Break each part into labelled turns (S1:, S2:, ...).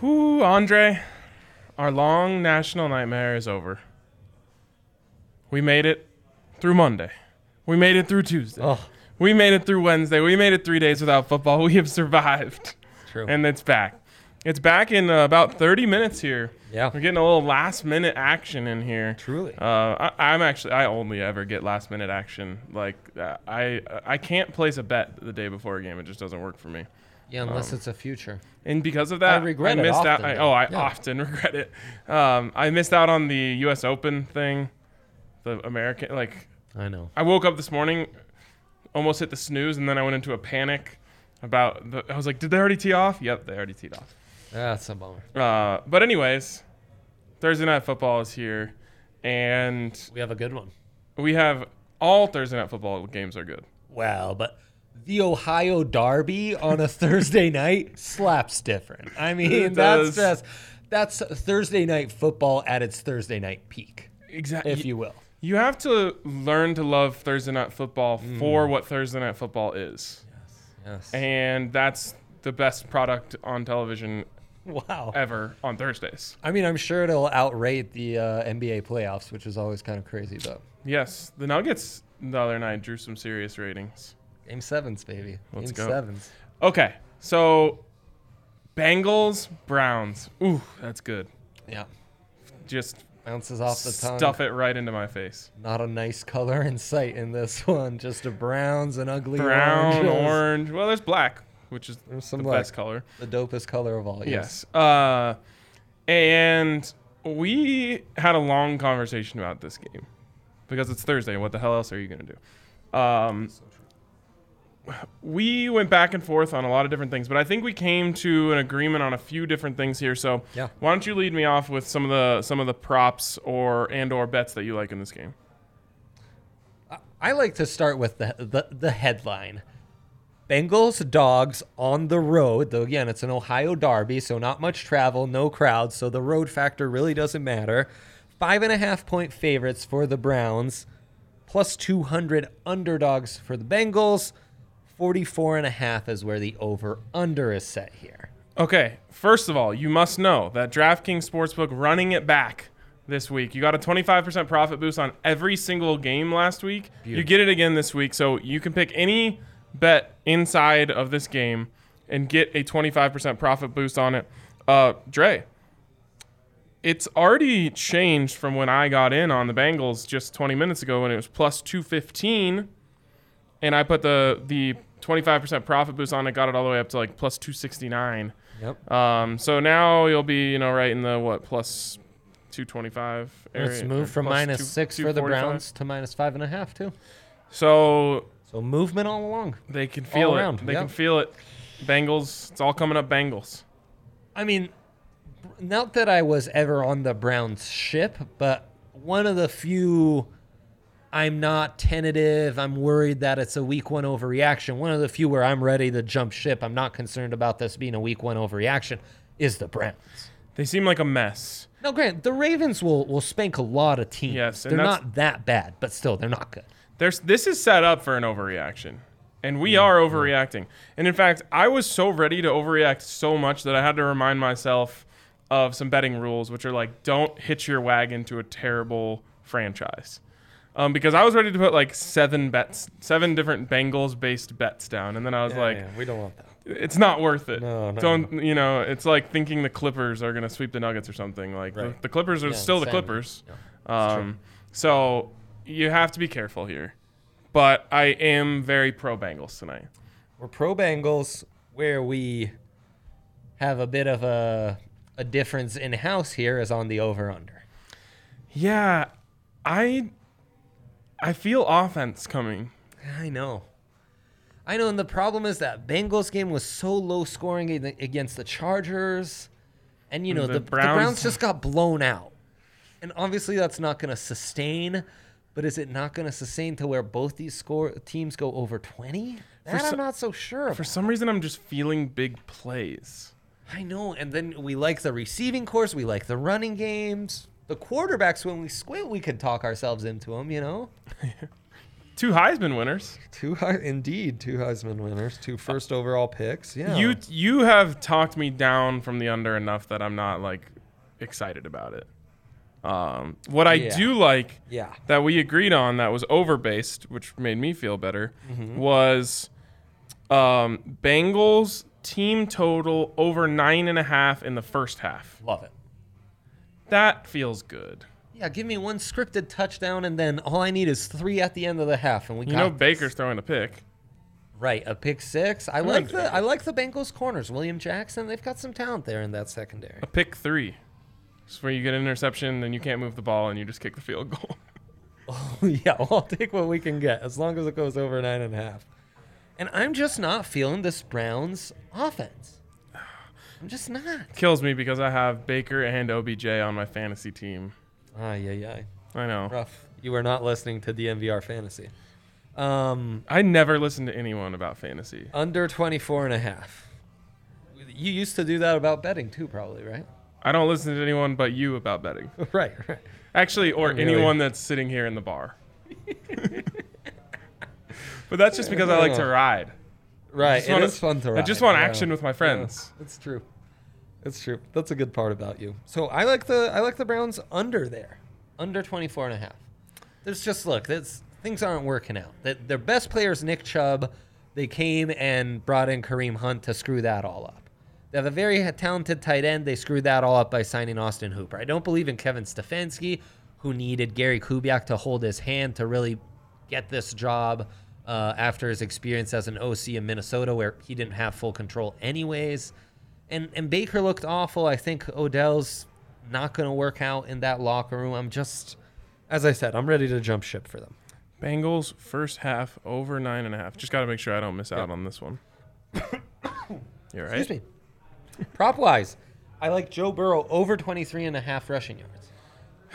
S1: Whoo, Andre, our long national nightmare is over. We made it through Monday. We made it through Tuesday.
S2: Oh,
S1: We made it through Wednesday. We made it three days without football. We have survived.
S2: true.
S1: And it's back. It's back in uh, about 30 minutes here.
S2: Yeah.
S1: We're getting a little last minute action in here.
S2: Truly.
S1: Uh, I, I'm actually I only ever get last minute action. Like uh, I I can't place a bet the day before a game. It just doesn't work for me.
S2: yeah,
S1: um,
S2: unless it's a future.
S1: And because of that,
S2: I regret it
S1: missed out.
S2: often,
S1: I,
S2: though.
S1: oh, I
S2: Yeah.
S1: often regret it. Um, I missed out on the U.S. Open thing, the American. Like
S2: I know.
S1: I woke up this morning, almost hit the snooze, and then I went into a panic about. The, I was like, did they already tee off? Yep, they already teed off.
S2: That's a bummer.
S1: Uh, but anyways, Thursday night football is here, and
S2: We have a good one.
S1: we have all Thursday night football games are good.
S2: Well, but the Ohio Derby on a Thursday night slaps different. I mean,
S1: It does.
S2: that's just that's Thursday night football at its Thursday night peak,
S1: Exactly.
S2: if you will.
S1: You have to learn to love Thursday night football
S2: Mm.
S1: for what Thursday night football is.
S2: Yes.
S1: And that's the best product on television
S2: Wow.
S1: ever on Thursdays.
S2: I mean, I'm sure it'll outrate the uh, NBA playoffs, which is always kind of crazy, but
S1: Yes, the Nuggets the other night drew some serious ratings.
S2: game sevens, baby.
S1: Let's
S2: game
S1: go.
S2: sevens.
S1: Okay, so Bengals, Browns. Ooh, that's good.
S2: Yeah.
S1: Just
S2: Bounces off the tongue.
S1: stuff it right into my face.
S2: Not a nice color in sight in this one. Just a browns and ugly
S1: Brown,
S2: oranges.
S1: orange. Well, there's black, which is
S2: There's some
S1: the
S2: black.
S1: best color.
S2: The dopest color of all. Yes.
S1: Yes. Uh, and we had a long conversation about this game because it's Thursday. What the hell else are you going to do? Um, we went back and forth on a lot of different things, but I think we came to an agreement on a few different things here. So
S2: Yeah.
S1: why don't you lead me off with some of the some of the props or and or bets that you like in this game?
S2: I like to start with the, the the headline. Bengals dogs on the road. Though again, it's an Ohio derby, so not much travel, no crowds, so the road factor really doesn't matter. Five and a half point favorites for the Browns, plus 200 underdogs for the Bengals. 44 and a half is where the over under is set here.
S1: Okay, first of all, you must know that DraftKings Sportsbook running it back this week. You got a 25% profit boost on every single game last week. You get it again this week, so you can pick any bet inside of this game and get a 25% profit boost on it. Uh, Dre, it's already changed from when I got in on the Bengals just 20 minutes ago when it was plus 215 and I put the the 25% profit boost on it got it all the way up to like plus 269.
S2: Yep.
S1: Um, so now you'll be, you know, right in the what plus 225 area.
S2: Let's move from
S1: plus
S2: minus
S1: two-
S2: six for the
S1: 245.
S2: Browns to minus five and a half, too.
S1: So
S2: So movement all along.
S1: they can feel
S2: around,
S1: it. They
S2: yeah.
S1: can feel it. Bengals, it's all coming up Bengals.
S2: I mean, not that I was ever on the Browns ship, but one of the few I'm not tentative. I'm worried that it's a week one overreaction. One of the few where I'm ready to jump ship. I'm not concerned about this being a week one overreaction. Is the Browns?
S1: They seem like a mess.
S2: Now, Grant, the Ravens will will spank a lot of teams.
S1: Yes, and
S2: they're
S1: that's-
S2: not that bad, but still, they're not good.
S1: There's this is set up for an overreaction. And we are overreacting. And in fact, I was so ready to overreact so much that I had to remind myself of some betting rules, which are like don't hitch your wagon to a terrible franchise. Um, because I was ready to put like seven bets, seven different Bengals based bets down. And then I was like,
S2: we don't want that.
S1: it's not worth it.
S2: No, no,
S1: Don't, you know, it's like thinking the Clippers are going to sweep the Nuggets or something. Like the,
S2: Right.
S1: the Clippers are
S2: Yeah,
S1: still the
S2: same.
S1: Clippers.
S2: Yeah,
S1: um, so you have to be careful here. But I am very pro Bengals tonight.
S2: We're pro Bengals, where we have a bit of a a difference in house here is on the over under.
S1: Yeah, I I feel offense coming.
S2: I know. I know, and the problem is that Bengals game was so low scoring ag- against the Chargers, and you know
S1: The
S2: the, the
S1: Browns-
S2: Browns. just got blown out, and obviously that's not going to sustain. But is it not going to sustain to where both these score teams go over twenty? That
S1: so-
S2: I'm not so sure.
S1: For
S2: About.
S1: some reason, I'm just feeling big plays.
S2: I know, and then we like the receiving course, we like the running games, the quarterbacks. When we squint, we could talk ourselves into them, you know.
S1: Two Heisman winners.
S2: Two high, indeed, two Heisman winners, two first overall picks. Yeah,
S1: You you have talked me down from the under enough that I'm not like excited about it. Um, what I
S2: Yeah.
S1: do like
S2: yeah,
S1: that we agreed on that was overbased, which made me feel better, was um, Bengals team total over nine and a half in the first half.
S2: love it.
S1: That feels good.
S2: Yeah, give me one scripted touchdown, and then all I need is three at the end of the half, and we
S1: You
S2: got
S1: know
S2: this.
S1: Baker's throwing a pick.
S2: right a pick six. I like
S1: Baker.
S2: the I like the Bengals corners. William Jackson, they've got some talent there in that secondary.
S1: A pick three. It's where you get an interception, then you can't move the ball, and you just kick the field goal.
S2: yeah, well, I'll take what we can get as long as it goes over nine and a half. And I'm just not feeling this Browns offense. I'm just not.
S1: Kills me because I have Baker and OBJ on my fantasy team.
S2: Ah, yeah, yeah.
S1: I know.
S2: Rough. You are not listening to DMVR fantasy. Um,
S1: I never listen to anyone about fantasy.
S2: under 24 and a half. You used to do that about betting too, probably, right?
S1: I don't listen to anyone but you about betting.
S2: right, right.
S1: Actually, or
S2: really.
S1: anyone that's sitting here in the bar. but that's just because I like to ride. I
S2: Right.
S1: just
S2: It
S1: wanna-
S2: is fun to ride.
S1: I just want
S2: yeah.
S1: action with my friends.
S2: It's true. It's true. That's a good part about you. So I like the I like the Browns under there. Under 24 and a half. There's just look, that's things aren't working out. That their best player is Nick Chubb. They came and brought in Kareem Hunt to screw that all up. They have a very talented tight end. They screwed that all up by signing Austin Hooper. I don't believe in Kevin Stefanski, who needed Gary Kubiak to hold his hand to really get this job uh, after his experience as an OC in Minnesota, where he didn't have full control anyways. And and Baker looked awful. I think Odell's not going to work out in that locker room. I'm just, as I said, I'm ready to jump ship for them.
S1: Bengals first half over nine and a half. Just got to make sure I don't miss out on this one. You're right.
S2: Excuse me. Prop wise, I like Joe Burrow over 23 and a half rushing yards.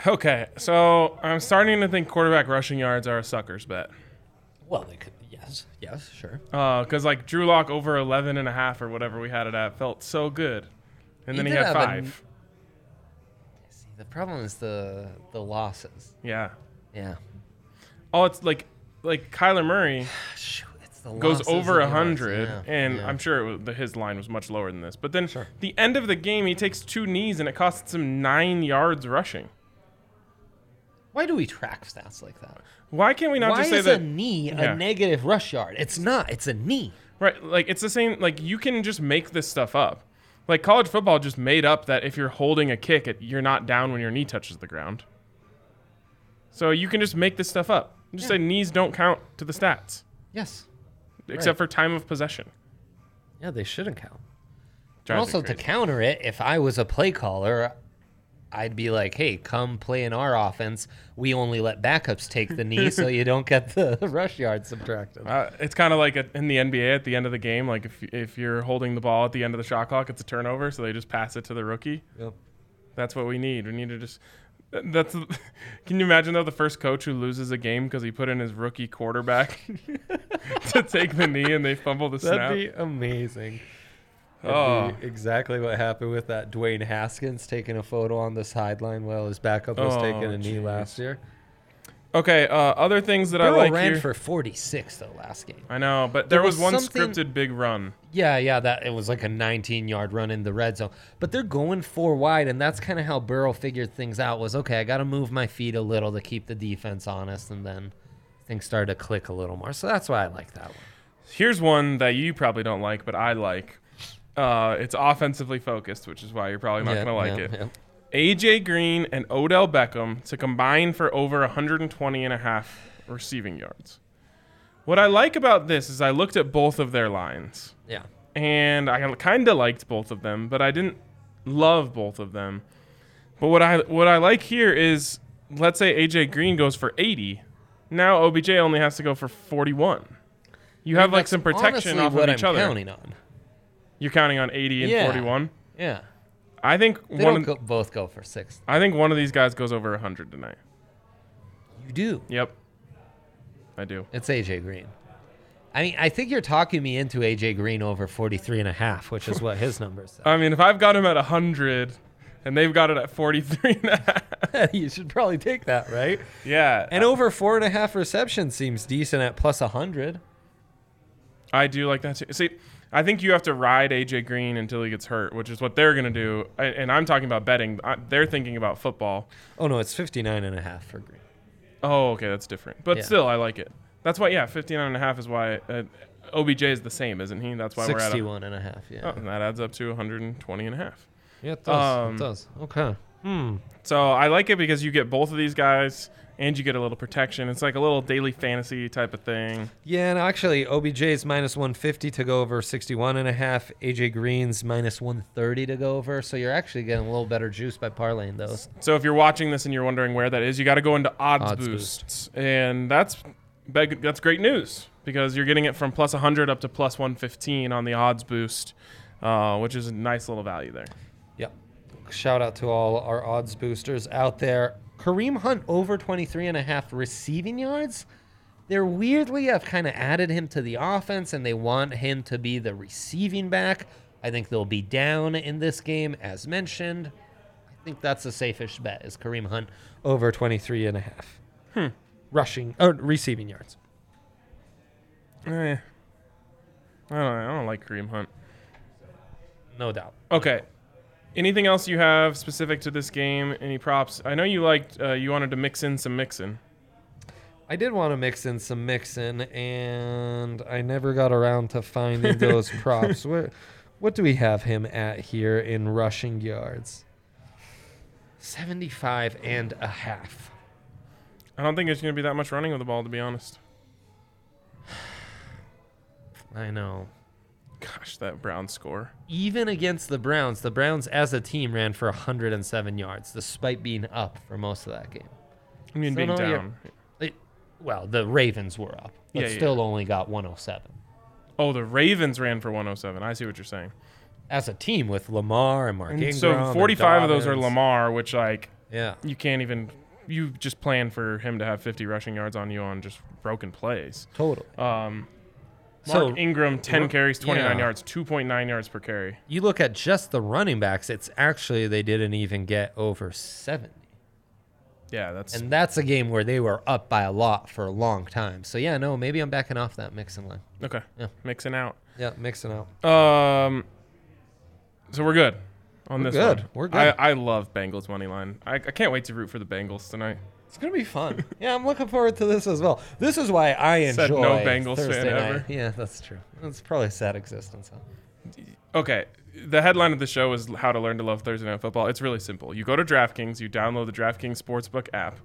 S1: Okay, so I'm starting to think quarterback rushing yards are a sucker's bet.
S2: Well, they could, yes, yes, sure.
S1: because like Drew Lock over 11 and a half or whatever we had it at felt so good, and then
S2: He
S1: he,
S2: did
S1: had
S2: have a-
S1: five.
S2: See, the problem is the the losses.
S1: Yeah.
S2: Yeah.
S1: Oh, it's like like Kyler Murray
S2: Shoot, it's the
S1: goes
S2: losses
S1: over
S2: and yards.
S1: 100,
S2: Yeah,
S1: and
S2: yeah.
S1: I'm sure it was, the, his line was much lower than this. But then
S2: Sure.
S1: the end of the game, he takes two knees and it costs him nine yards rushing.
S2: Why do we track stats like that?
S1: Why can't we not
S2: Why
S1: just say
S2: is
S1: that?
S2: a knee
S1: Yeah.
S2: a negative rush yard? It's not. It's a knee.
S1: Right, like it's the same. Like you can just make this stuff up. Like college football just made up that if you're holding a kick, it, you're not down when your knee touches the ground. So you can just make this stuff up. Just say knees don't count to the stats,
S2: Yes.
S1: except for time of possession.
S2: Yeah, they shouldn't count. And
S1: Drives me
S2: also, to
S1: crazy.
S2: counter it, if I was a play caller, I'd be like, hey, come play in our offense. We only let backups take the knee so you don't get the rush yard subtracted.
S1: uh, it's kind of like a, in the NBA at the end of the game. Like if if you're holding the ball at the end of the shot clock, it's a turnover, so they just pass it to the rookie.
S2: Yep.
S1: That's what we need. We need to just. That's. Can you imagine though the first coach who loses a game because he put in his rookie quarterback to take the knee and they fumble the snap?
S2: That'd be amazing.
S1: oh,
S2: That'd be exactly what happened with that Dwayne Haskins taking a photo on the sideline while his backup was
S1: Oh,
S2: taking a knee
S1: jeez.
S2: last year.
S1: okay. Uh, other things that I
S2: Burrow
S1: like
S2: ran
S1: here.
S2: for 46 though last game.
S1: I know, but there,
S2: There
S1: was,
S2: was
S1: one
S2: something-
S1: scripted big run.
S2: Yeah, yeah, that it was like a 19-yard run in the red zone. But they're going four wide, and that's kind of how Burrow figured things out. Was okay, I got to move my feet a little to keep the defense honest, and then things started to click a little more. So that's why I like that one.
S1: Here's one that you probably don't like, but I like. Uh, it's offensively focused, which is why you're probably not gonna like it. AJ Green and Odell Beckham to combine for over 120 and a half receiving yards. What I like about this is I looked at both of their lines
S2: Yeah.
S1: and I kind of liked both of them, but I didn't love both of them. But what I what I like here is let's say AJ Green goes for 80. Now OBJ only has to go for 41. You have like
S2: That's
S1: some protection
S2: honestly
S1: off
S2: what
S1: of each
S2: I'm
S1: other.
S2: counting on.
S1: You're counting on 80 and
S2: Yeah.
S1: 41.
S2: Yeah.
S1: I think
S2: They
S1: one
S2: don't
S1: of,
S2: go, both go for six.
S1: I think one of these guys goes over 100 tonight.
S2: You do.
S1: Yep. I do.
S2: It's AJ Green. I mean, I think you're talking me into AJ Green over 43 and a half, which is what his numbers.
S1: I mean, if I've got him at 100 and they've got it at 43 and a half.
S2: you should probably take that, right?
S1: Yeah.
S2: And over four and a half receptions seems decent at plus 100.
S1: I do like that too. See, I think you have to ride AJ Green until he gets hurt, which is what they're going to do. I- And I'm talking about betting. I- They're thinking about football.
S2: Oh, no, it's 59 and a half for Green.
S1: Oh, okay, that's different. But
S2: Yeah.
S1: still, I like it. That's why, yeah, 59 and a half is why uh, OBJ is the same, isn't he? That's why we're
S2: 61 and a half, yeah.
S1: at a, oh, and that adds up to 120 and a half.
S2: Yeah, it
S1: does, it um,
S2: does. Okay. Hmm.
S1: So I like it because you get both of these guys and you get a little protection. It's like a little daily fantasy type of thing.
S2: Yeah, and actually, OBJ's minus 150 to go over 61 and a half. AJ Green's minus 130 to go over. So you're actually getting a little better juice by parlaying those.
S1: So if you're watching this and you're wondering where that is, you got to go into odds,
S2: Odds
S1: boosts, and that's big- that's great news because you're getting it from plus 100 up to plus 115 on the odds boost, uh, which is a nice little value there.
S2: Yep. Shout out to all our odds boosters out there. Kareem Hunt over 23 and a half receiving yards. They're weirdly have kind of added him to the offense and they want him to be the receiving back. I think they'll be down in this game as mentioned. I think that's a safest bet is Kareem Hunt over 23 and a half. Rushing or receiving yards.
S1: Eh. I don't, I don't like Kareem Hunt.
S2: No doubt.
S1: Okay. Anything else you have specific to this game? Any props? I know you liked. Uh, you wanted to mix in some mixing.
S2: I did want to mix in some mixin, and I never got around to finding those props. What, what do we have him at here in rushing yards? 75 and a half.
S1: I don't think there's going to be that much running with the ball, to be honest.
S2: I know.
S1: Gosh, that Brown score.
S2: Even against the Browns, the Browns as a team ran for 107 yards, despite being up for most of that game.
S1: I mean,
S2: So
S1: being
S2: no, you're-
S1: down.
S2: It- well, the Ravens were up, but
S1: Yeah, yeah.
S2: still only got 107.
S1: Oh, the Ravens ran for 107. I see what you're saying.
S2: As a team with Lamar and Mark Ingram.
S1: so
S2: and
S1: 45 of those are
S2: Dobbins.
S1: Lamar, which like
S2: Yeah.
S1: you can't even. You just plan for him to have 50 rushing yards on you on just broken plays.
S2: Totally.
S1: Um, Mark
S2: So-
S1: Ingram, 10
S2: Mar-
S1: carries, 29
S2: yeah.
S1: yards, 2.9 yards per carry.
S2: you look at just the running backs, it's actually they didn't even get over 70.
S1: Yeah, that's
S2: And that's a game where they were up by a lot for a long time. So yeah, no, maybe I'm backing off that mixing line.
S1: okay.
S2: Yeah.
S1: Mixing out.
S2: Yeah, mixing out.
S1: Um, so we're good on this
S2: good.
S1: one.
S2: We're good.
S1: I, I love Bengals money line. I, I can't wait to root for the Bengals tonight.
S2: It's going to be fun. yeah, I'm looking forward to this as well. This is why I enjoy
S1: Said no Bengals fan
S2: Thursday night.
S1: ever.
S2: Yeah, that's true. That's probably a sad existence. Huh?
S1: Okay. The headline of the show is how to learn to love Thursday night football. It's really simple. You go to DraftKings, you download the DraftKings Sportsbook app,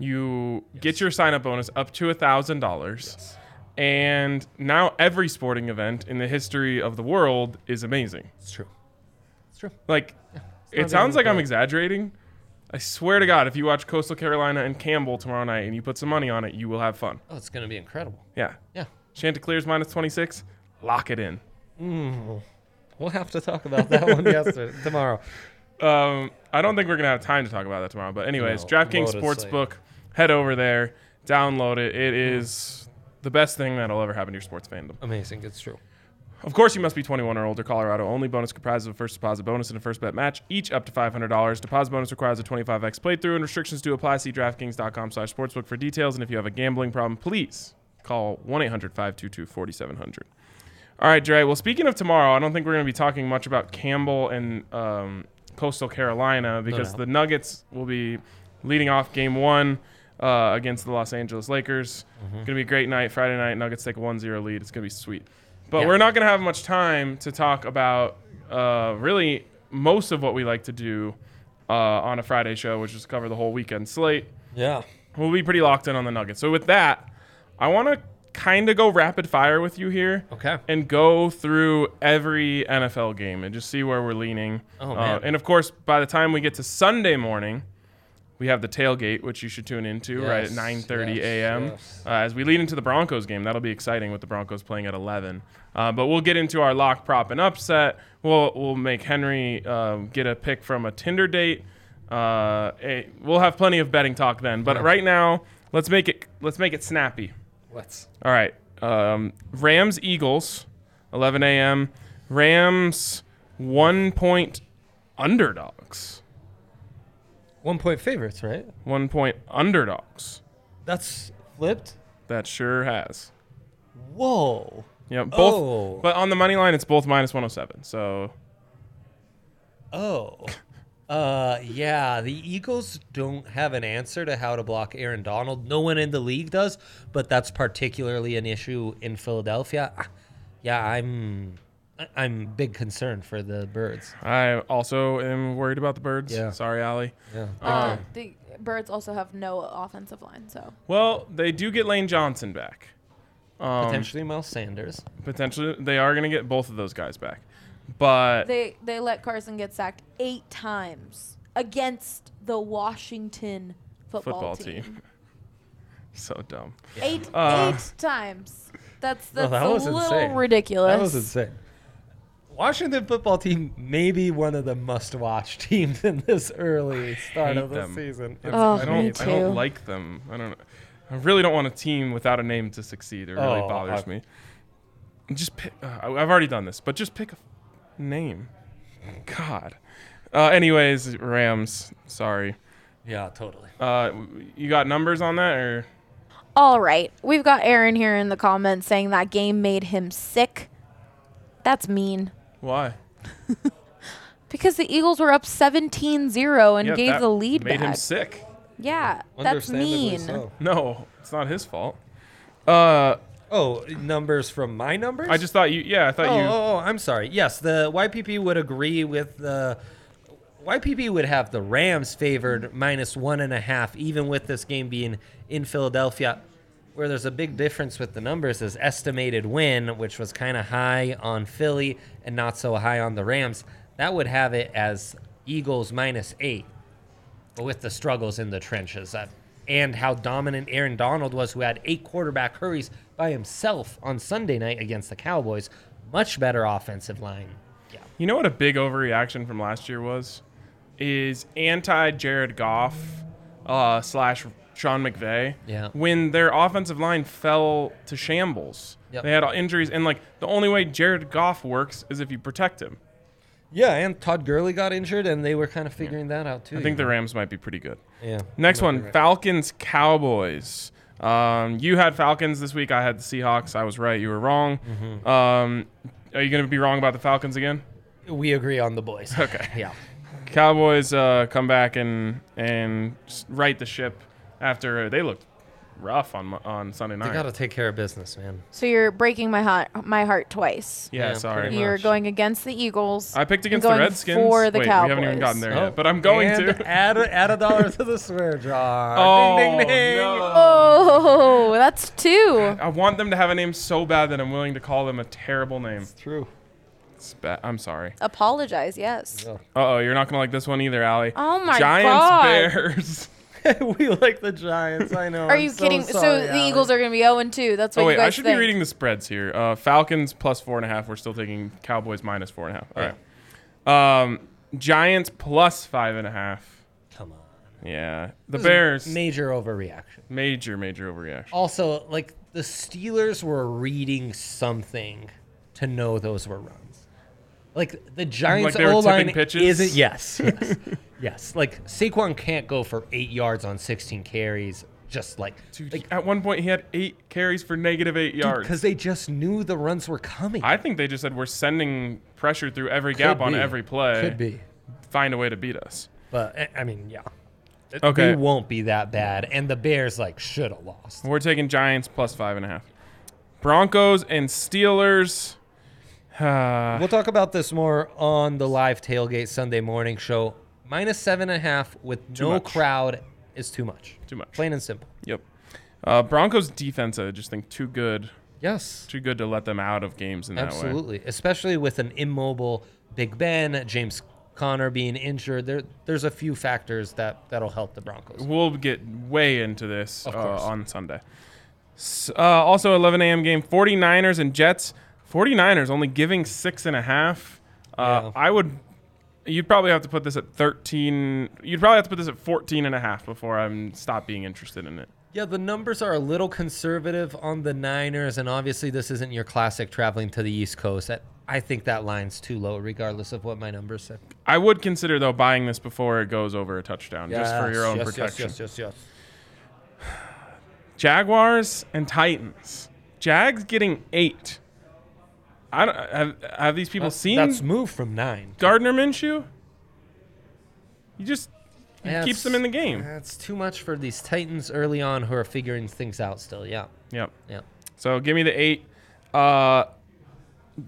S1: you get your sign up bonus up to a thousand dollars. And now every sporting event in the history of the world is amazing.
S2: It's true. It's true.
S1: Like,
S2: not
S1: it sounds
S2: even
S1: like I'm
S2: bad.
S1: exaggerating. I swear to God, if you watch Coastal Carolina and Campbell tomorrow night and you put some money on it, you will have fun.
S2: Oh, it's going to be incredible.
S1: Yeah.
S2: Yeah.
S1: Chanticleer's minus 26. Lock it in. Mm.
S2: We'll have to talk about that one yesterday, tomorrow.
S1: Um, I don't think we're going to have time to talk about that tomorrow. But, anyways,
S2: No,
S1: DraftKings
S2: load us later.
S1: Sportsbook, head over there, download it. It
S2: Hmm.
S1: is the best thing that'll ever happen to your sports fandom.
S2: Amazing. It's true.
S1: Of course, you must be 21 or older, Colorado only. Bonus comprises of a first deposit bonus and a first bet match, each up to $500. Deposit bonus requires a 25x playthrough, and restrictions do apply. See DraftKings.com slash sportsbook for details. And if you have a gambling problem, please call 1 800 522 4700. All right, Dre. Well, speaking of tomorrow, I don't think we're going to be talking much about Campbell and um, Coastal Carolina because
S2: doubt.
S1: the Nuggets will be leading off game one uh, against the Los Angeles Lakers. It's going to be a great night. Friday night, Nuggets take a 1 0 lead. It's going to be sweet. But
S2: Yeah.
S1: we're not going to have much time to talk about uh, really most of what we like to do uh, on a Friday show, which is cover the whole weekend slate
S2: Yeah.
S1: we'll be pretty locked in on the Nuggets. So with that, I want to kind of go rapid fire with you here.
S2: Okay.
S1: And go through every NFL game and just see where we're leaning. Uh,
S2: Oh, man.
S1: and of course, by the time we get to Sunday morning, we have the tailgate, which you should tune into right at
S2: Yes,
S1: 9:30
S2: yes,
S1: a.m.
S2: yes.
S1: Uh, as we lead into the Broncos game. That'll be exciting with the Broncos playing at 11. Uh, but we'll get into our lock, prop, and upset. We'll we'll make Henry um, get a pick from a Tinder date. Uh, eh, we'll have plenty of betting talk then. But right now, let's make it let's make it snappy.
S2: Let's.
S1: All right. Um, Rams Eagles, 11 a.m. Rams one point underdogs.
S2: One point favorites, right?
S1: One point underdogs.
S2: That's flipped.
S1: That sure has.
S2: Whoa.
S1: Yeah, both.
S2: Oh.
S1: But on the money line, it's both minus 107. So
S2: Oh. Uh yeah, the Eagles don't have an answer to how to block Aaron Donald. No one in the league does, but that's particularly an issue in Philadelphia. Ah, Yeah, I'm I- I'm big concerned for the Birds.
S1: I also am worried about the birds.
S2: Yeah.
S1: Sorry, Ali.
S2: Yeah.
S3: Uh, the birds also have no offensive line, so
S1: Well, they do get Lane Johnson back. Um,
S2: Potentially Miles Sanders.
S1: potentially, they are going to get both of those guys back. But
S3: they they let Carson get sacked eight times against the Washington football,
S1: football
S3: team.
S1: team. so dumb.
S3: Eight
S1: Uh,
S3: eight times. That's
S2: Well,
S3: that's
S2: that was
S3: a little
S2: insane.
S3: ridiculous.
S2: insane. Washington football team may be one of the must-watch teams in this early start
S1: hate
S2: of the
S1: them.
S2: season.
S1: I-
S3: Oh,
S1: I don't.
S3: me
S1: I don't
S3: too.
S1: like them. I don't. I really don't want a team without a name to succeed. It really
S2: Oh,
S1: bothers
S2: I-
S1: me. Just pick. Uh, I- I've already done this, but just pick a f- name. God. Uh, anyways, Rams. Sorry.
S2: Yeah, totally.
S1: Uh, w- you got numbers on that, or
S3: All right. We've got Aaron here in the comments saying that game made him sick. That's mean.
S1: why?
S3: Because the Eagles were up 17-0 and
S1: Yeah,
S3: gave
S1: that
S3: the lead
S1: Made
S3: back.
S1: him sick.
S3: yeah, that's mean.
S1: No, it's not his fault. Uh,
S2: Oh, numbers from my numbers?
S1: I just thought you. Yeah, I thought
S2: Oh,
S1: you.
S2: oh, oh, I'm sorry. Yes, the YPP would agree with the. YPP would have the Rams favored minus one and a half, even with this game being in Philadelphia. Where there's a big difference with the numbers is estimated win, which was kind of high on Philly and not so high on the Rams. That would have it as Eagles minus eight. But with the struggles in the trenches uh, and how dominant Aaron Donald was, who had eight quarterback hurries by himself on Sunday night against the Cowboys, much better offensive line. Yeah.
S1: You know what a big overreaction from last year was? Is anti Jared Goff uh, slash Sean McVay.
S2: Yeah.
S1: When their offensive line fell to shambles,
S2: Yep.
S1: they had injuries, and like the only way Jared Goff works is if you protect him.
S2: Yeah, and Todd Gurley got injured, and they were kind of figuring that out too.
S1: I think the Rams might be pretty good.
S2: yeah.
S1: Next one, Falcons Cowboys. Um, you had Falcons this week. I had the Seahawks. I was right. You were wrong.
S2: Mm-hmm.
S1: Um, are you going to be wrong about the Falcons again?
S2: We agree on the boys. Okay. Yeah.
S1: Cowboys uh, come back and and s- right the ship after uh, they looked rough on Mo- on Sunday
S2: They
S1: night.
S2: got to take care of business, man.
S3: So you're breaking my heart my heart twice.
S1: yeah,
S2: Yeah,
S1: sorry.
S2: pretty
S3: You're
S2: much.
S3: going against the Eagles.
S1: I picked
S3: and
S1: against the
S3: going
S1: Redskins.
S3: for the
S1: Wait,
S3: Cowboys.
S1: we haven't even gotten there yet, but I'm going
S2: and
S1: to.
S2: Add a, add a dollar to the swear jar.
S1: Oh,
S2: ding, ding, ding.
S1: no.
S3: Oh, that's two.
S1: I want them to have a name so bad that I'm willing to call them a terrible name.
S2: True.
S1: It's ba- I'm sorry.
S3: Apologize, yes.
S2: Yeah.
S1: Uh oh, you're not gonna like this one either, Allie.
S3: Oh my
S1: Giants,
S3: God.
S1: Bears.
S2: we like the Giants. I know.
S3: Are you kidding? so the Eagles are going to be 0 and 2. That's what
S1: oh wait,
S3: you guys
S1: I should
S3: think.
S1: be reading the spreads here. Uh, Falcons plus four and a half. We're still taking Cowboys minus four and a half. All right. Um, Giants plus five and a half.
S2: Come on.
S1: Yeah, the Bears
S2: Major overreaction.
S1: major major overreaction.
S2: Also, like the Steelers were reading something to know those were runs. Like the Giants
S1: they were
S2: O line
S1: tipping pitches?
S2: isn't. Yes, yes, yes. Like Saquon can't go for eight yards on 16 carries. Just like
S1: Dude, at one point he had eight carries for negative eight yards.
S2: because they just knew the runs were coming.
S1: I think they just said we're sending pressure through every gap on
S2: be.
S1: every play.
S2: Could be,
S1: Find a way to beat us.
S2: but I- I mean, yeah. It-
S1: Okay.
S2: They won't be that bad, and the Bears like should have lost.
S1: We're taking Giants plus five and a half. Broncos and Steelers. Uh,
S2: We'll talk about this more on the live tailgate Sunday morning show. Minus seven and a half with no
S1: much.
S2: crowd is too much.
S1: Too much.
S2: Plain and simple.
S1: Yep. Uh, Broncos defense, I just think too good,
S2: Yes.
S1: too good to let them out of games in that way.
S2: Absolutely. Especially with an immobile Big Ben, James Conner being injured. There there's a few factors that, that'll help the Broncos.
S1: We'll get way into this uh,
S2: course.
S1: on Sunday. S- uh, also, 11 a.m. game 49ers and Jets. 49ers only giving six and a half. Uh,
S2: Yeah.
S1: I would, you'd probably have to put this at 13. You'd probably have to put this at 14 and a half before I'm stop being interested in it.
S2: Yeah, the numbers are a little conservative on the Niners, and obviously this isn't your classic traveling to the East Coast. I, I think that line's too low, regardless of what my numbers said.
S1: I would consider though buying this before it goes over a touchdown, just for your own protection.
S2: Yes, yes, yes, yes.
S1: Jaguars and Titans. Jags getting eight. I don't have, have these people seen
S2: That's moved from nine.
S1: Gardner Minshew. You just he
S2: Yeah,
S1: keeps
S2: it's-
S1: them in the game.
S2: That's too much for these Titans early on who are figuring things out still. Yeah,
S1: Yep.
S2: yeah.
S1: So give me the eight. Uh,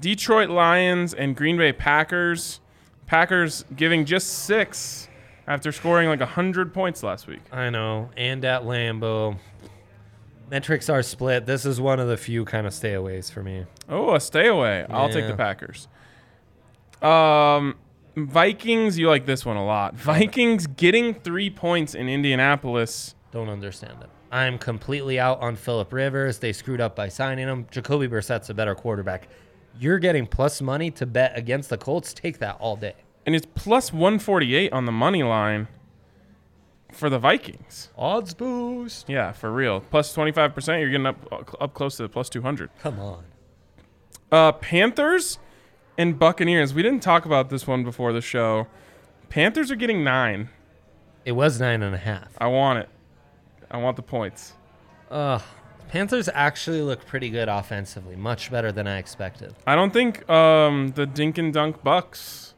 S1: Detroit Lions and Green Bay Packers. Packers giving just six after scoring like hundred points last week.
S2: I know. And at Lambeau. Metrics are split. This is one of the few kind of stayaways for me.
S1: Oh, a stay away. I'll take the
S2: Yeah.
S1: Packers. Um, Vikings, you like this one a lot. Vikings getting three points in Indianapolis.
S2: Don't understand it. I'm completely out on Philip Rivers. They screwed up by signing him. Jacoby Brissett's a better quarterback. You're getting plus money to bet against the Colts. Take that all day.
S1: And it's plus 148 on the money line for the Vikings.
S2: Odds boost.
S1: Yeah, for real. Plus 25%, you're getting up up close to the plus 200.
S2: Come on.
S1: Uh, Panthers and Buccaneers. We didn't talk about this one before the show. Panthers are getting 9.
S2: It was nine and a half.
S1: I want it. I want the points.
S2: Ugh. Panthers actually look pretty good offensively, much better than I expected.
S1: I don't think um, the Dink and Dunk Bucks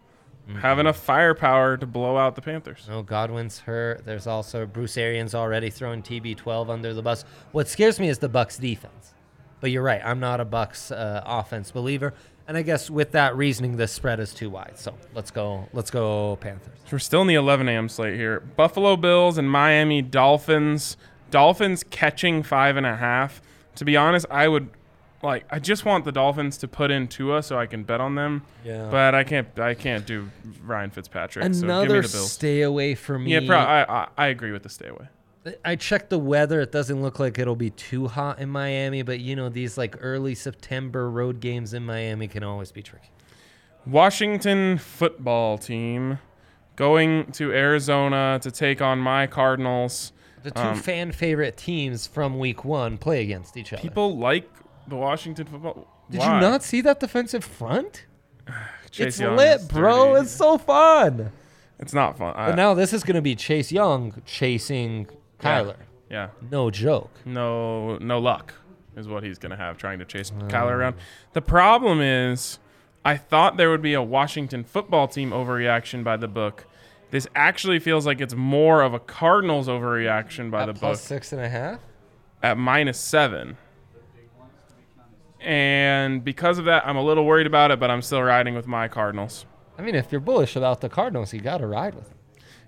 S1: have enough firepower to blow out the Panthers.
S2: No, Godwin's hurt. There's also Bruce Arians already throwing TB12 under the bus. What scares me is the Bucks defense. But you're right, I'm not a Bucks uh, offense believer, and I guess with that reasoning, the spread is too wide. So let's go, let's go Panthers.
S1: So we're still in the 11 a.m. slate here. Buffalo Bills and Miami Dolphins. Dolphins catching five and a half. To be honest, I would like. I just want the Dolphins to put in Tua so I can bet on them.
S2: Yeah.
S1: But I can't. I can't do Ryan Fitzpatrick. so give me
S2: Another
S1: the Bills.
S2: stay away for me.
S1: yeah, pro- I, I I agree with the stay away.
S2: I checked the weather. It doesn't look like it'll be too hot in Miami, but you know these like early September road games in Miami can always be tricky.
S1: Washington football team going to Arizona to take on my Cardinals.
S2: The two
S1: Um,
S2: fan favorite teams from week one play against each other.
S1: People like the Washington football.
S2: Did
S1: Why?
S2: you not see that defensive front?
S1: Chase
S2: it's
S1: Young
S2: lit,
S1: is
S2: bro.
S1: dirty.
S2: It's so fun.
S1: It's not fun. I-
S2: But now this is going to be Chase Young chasing
S1: Yeah.
S2: Kyler.
S1: yeah,
S2: No joke.
S1: no, no luck is what he's gonna have trying to chase Kyler around. The problem is, I thought there would be a Washington football team overreaction by the book. This actually feels like it's more of a Cardinals overreaction by the book.
S2: Plus six and a half.
S1: at minus seven. And because of that, I'm a little worried about it, but I'm still riding with my Cardinals.
S2: I mean, if you're bullish about the Cardinals, you got to ride with them.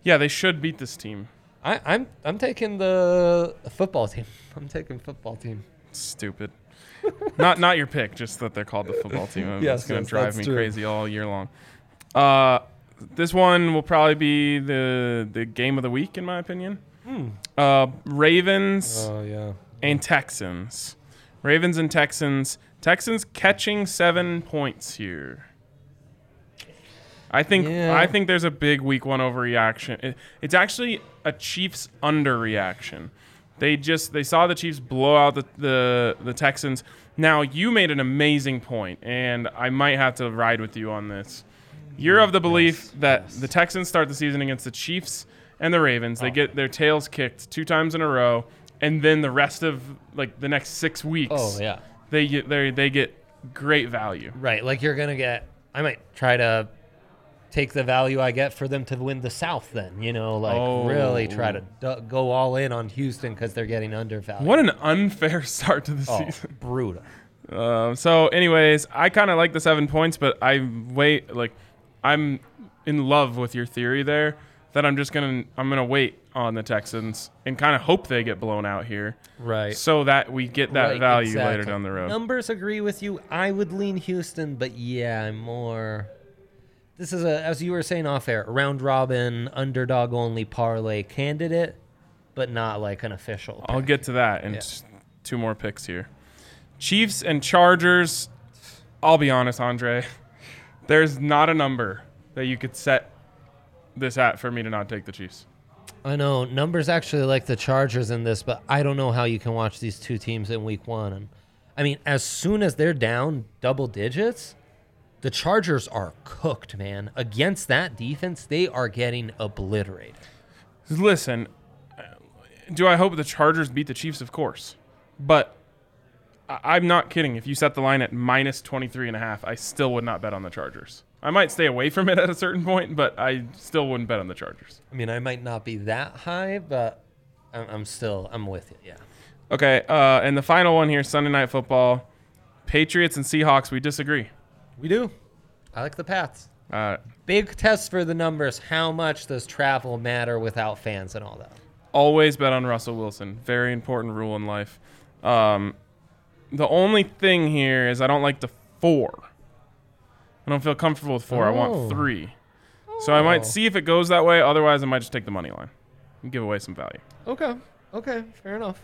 S1: Yeah, they should beat this team.
S2: I, I'm I'm taking the football team. I'm taking football team.
S1: Stupid. not not your pick, just that they're called the football team.
S2: Yes,
S1: it's gonna
S2: yes,
S1: drive
S2: that's
S1: me
S2: true.
S1: crazy all year long. Uh, this one will probably be the the game of the week, in my opinion.
S2: Hmm.
S1: Uh, Ravens.
S2: Oh yeah.
S1: and Texans. Ravens and Texans. Texans catching seven points here. I think
S2: Yeah.
S1: I think there's a big week one overreaction. It, it's actually a Chiefs underreaction. They just they saw the Chiefs blow out the, the the Texans. Now you made an amazing point, and I might have to ride with you on this. You're of the belief that the Texans start the season against the Chiefs and the Ravens.
S2: Oh.
S1: They get their tails kicked two times in a row, and then the rest of like the next six weeks,
S2: Oh yeah.
S1: they get they they get great value.
S2: Right. Like you're gonna get. I might try to take the value I get for them to win the South. Then you know, like really try
S1: Oh.
S2: to du- go all in on Houston because they're getting undervalued.
S1: What an unfair start to the
S2: Oh,
S1: season.
S2: brutal.
S1: Um, so, anyways, I kind of like the seven points, but I wait. Like, I'm in love with your theory there. That I'm just gonna I'm gonna wait on the Texans and kind of hope they get blown out here,
S2: Right.
S1: so that we get that
S2: Right,
S1: value later
S2: exactly.
S1: down the road.
S2: Numbers agree with you. I would lean Houston, but yeah, I'm more. This is a, as you were saying off air, a round robin, underdog only parlay candidate, but not like an official.
S1: I'll get to that in t- two more picks here. Chiefs and Chargers. I'll be honest, Andre. There's not a number that you could set this at for me to not take the Chiefs.
S2: pick. I know numbers actually like the Chargers in this, but I don't know how you can watch these two teams in Week One. And I mean, as soon as they're down double digits, the Chargers are cooked, man. Against that defense, they are getting obliterated.
S1: Listen, uh, do I hope the Chargers beat the Chiefs? Of course. But I- I'm not kidding. If you set the line at minus 23 and a half, I still would not bet on the Chargers. I might stay away from it at a certain point, but I still wouldn't bet on the Chargers.
S2: I mean, I might not be that high, but I'm, I'm still I'm with it. Yeah.
S1: Okay, uh, and the final one here Sunday Night Football. Patriots and Seahawks, we disagree.
S2: We do. I like the paths.
S1: Uh,
S2: Big test for the numbers. How much does travel matter without fans and all that?
S1: always bet on Russell Wilson. Very important rule in life. Um, the only thing here is I don't like the four. I don't feel comfortable with four. I
S2: Oh.
S1: want three. So I
S2: Oh.
S1: might see if it goes that way. Otherwise, I might just take the money line and give away some value.
S2: Okay. Okay. Fair enough.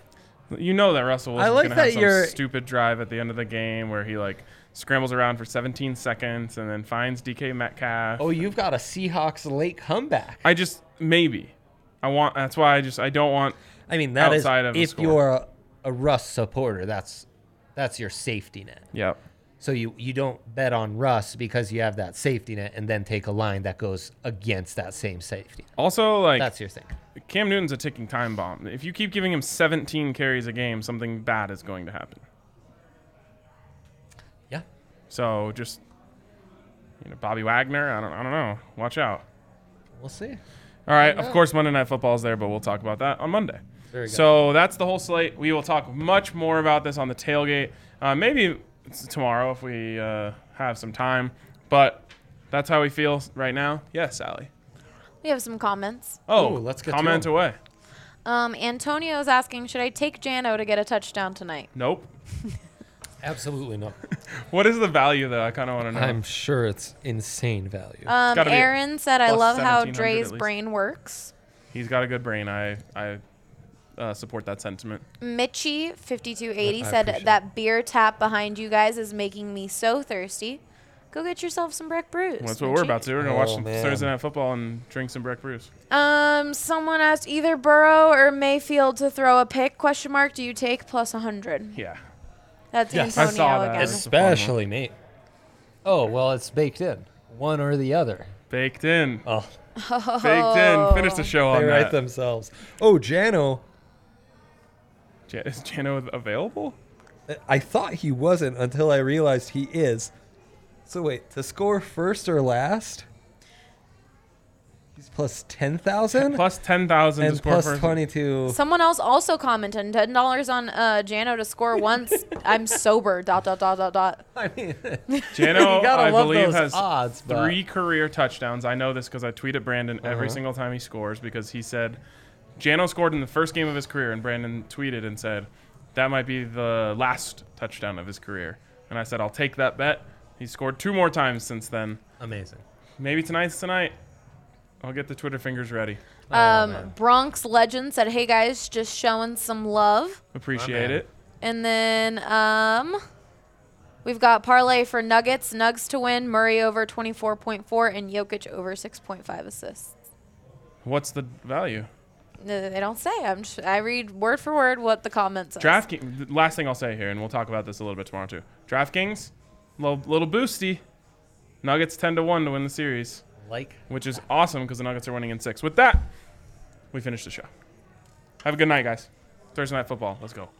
S1: You know that Russell
S2: I
S1: Wilson's
S2: like
S1: gonna have
S2: that
S1: some
S2: you're-
S1: stupid drive at the end of the game where he like scrambles around for 17 seconds and then finds DK Metcalf.
S2: Oh, you've got a Seahawks late comeback.
S1: I just maybe. I want. That's why I just I don't want.
S2: I mean, that is
S1: Outside of the
S2: if
S1: score.
S2: you're a, a Russ supporter, that's that's your safety net.
S1: Yep.
S2: So you you don't bet on Russ because you have that safety net, and then take a line that goes against that same safety. net.
S1: Also, like
S2: That's your thing.
S1: Cam Newton's a ticking time bomb. If you keep giving him 17 carries a game, something bad is going to happen.
S2: Yeah.
S1: So just, you know, Bobby Wagner. I don't. I don't know. Watch out.
S2: We'll see.
S1: All right. Of course, Monday Night Football is there, but we'll talk about that on Monday.
S2: Very good.
S1: So that's the whole slate. We will talk much more about this on the tailgate. Uh, maybe it's tomorrow if we uh, have some time. But that's how we feel right now. Yes, Sally.
S3: We have some comments.
S1: Oh,
S2: Ooh, let's get to
S1: comment
S2: 'em.
S1: away.
S3: Um, Antonio is asking, should I take Jano to get a touchdown tonight?
S1: Nope.
S2: Absolutely not.
S1: What is the value though? I kind of want to know.
S2: I'm sure it's insane value.
S3: Um,
S1: gotta be
S3: Aaron said, I
S1: plus
S3: love how
S1: 1700 at
S3: Dre's
S1: least."
S3: brain works.
S1: He's got a good brain. I I uh, support that sentiment.
S3: Mitchie fifty two eighty
S2: I
S3: said
S2: appreciate
S3: that beer tap behind you guys is making me so thirsty. Go get yourself some Breck Brews.
S1: That's what we're
S3: Mitchie.
S1: about to. do. We're gonna watch
S2: Oh,
S1: some
S2: man.
S1: Thursday night football and drink some Breck brews.
S3: Um, someone asked either Burrow or Mayfield to throw a pick. Question mark. Do you take plus hundred?
S1: Yeah.
S3: That's
S2: Yes.
S1: I
S3: Antonio
S1: saw that.
S3: again.
S1: It's-
S2: Especially me. Oh well, it's baked in. One or the other.
S1: Baked in.
S2: Oh,
S1: Baked in. Finish the show on
S2: they write
S1: that.
S2: themselves. Oh, Jano,
S1: Ja- is Jano available?
S2: I thought he wasn't until I realized he is. So wait, to score first or last, he's plus ten thousand
S1: Plus ten thousand to
S2: and
S1: score
S2: plus
S1: first.
S2: twenty two.
S3: Someone else also commented ten dollars on uh, Jano to score once. I'm sober. Dot dot dot dot dot.
S2: I mean,
S1: Jano,
S2: You gotta
S1: I
S2: love
S1: believe
S2: those
S1: has
S2: odds, but- Uh-huh.
S1: three career touchdowns. I know this because I tweet at Brandon every single time he scores because he said Jano scored in the first game of his career, and Brandon tweeted and said that might be the last touchdown of his career. And I said I'll take that bet. He scored two more times since then.
S2: amazing.
S1: Maybe tonight's tonight. I'll get the Twitter fingers ready.
S2: Oh,
S3: Um,
S2: man.
S3: Bronx Legend said, "Hey guys, just showing some love."
S1: Appreciate
S2: bad.
S1: it.
S3: And then um, we've got parlay for Nuggets, Nugs to win, Murray over 24.4, and Jokic over 6.5 assists.
S1: What's the value?
S3: No, they don't say. I'm just, I read word for word what the comments. says.
S1: DraftKings. th- Last thing I'll say here, and we'll talk about this a little bit tomorrow too. DraftKings, little, little boosty. Nuggets ten to one to win the series,
S2: Like
S1: which is awesome because the Nuggets are winning in six. With that, we finish the show. Have a good night, guys. Thursday night football. Let's go.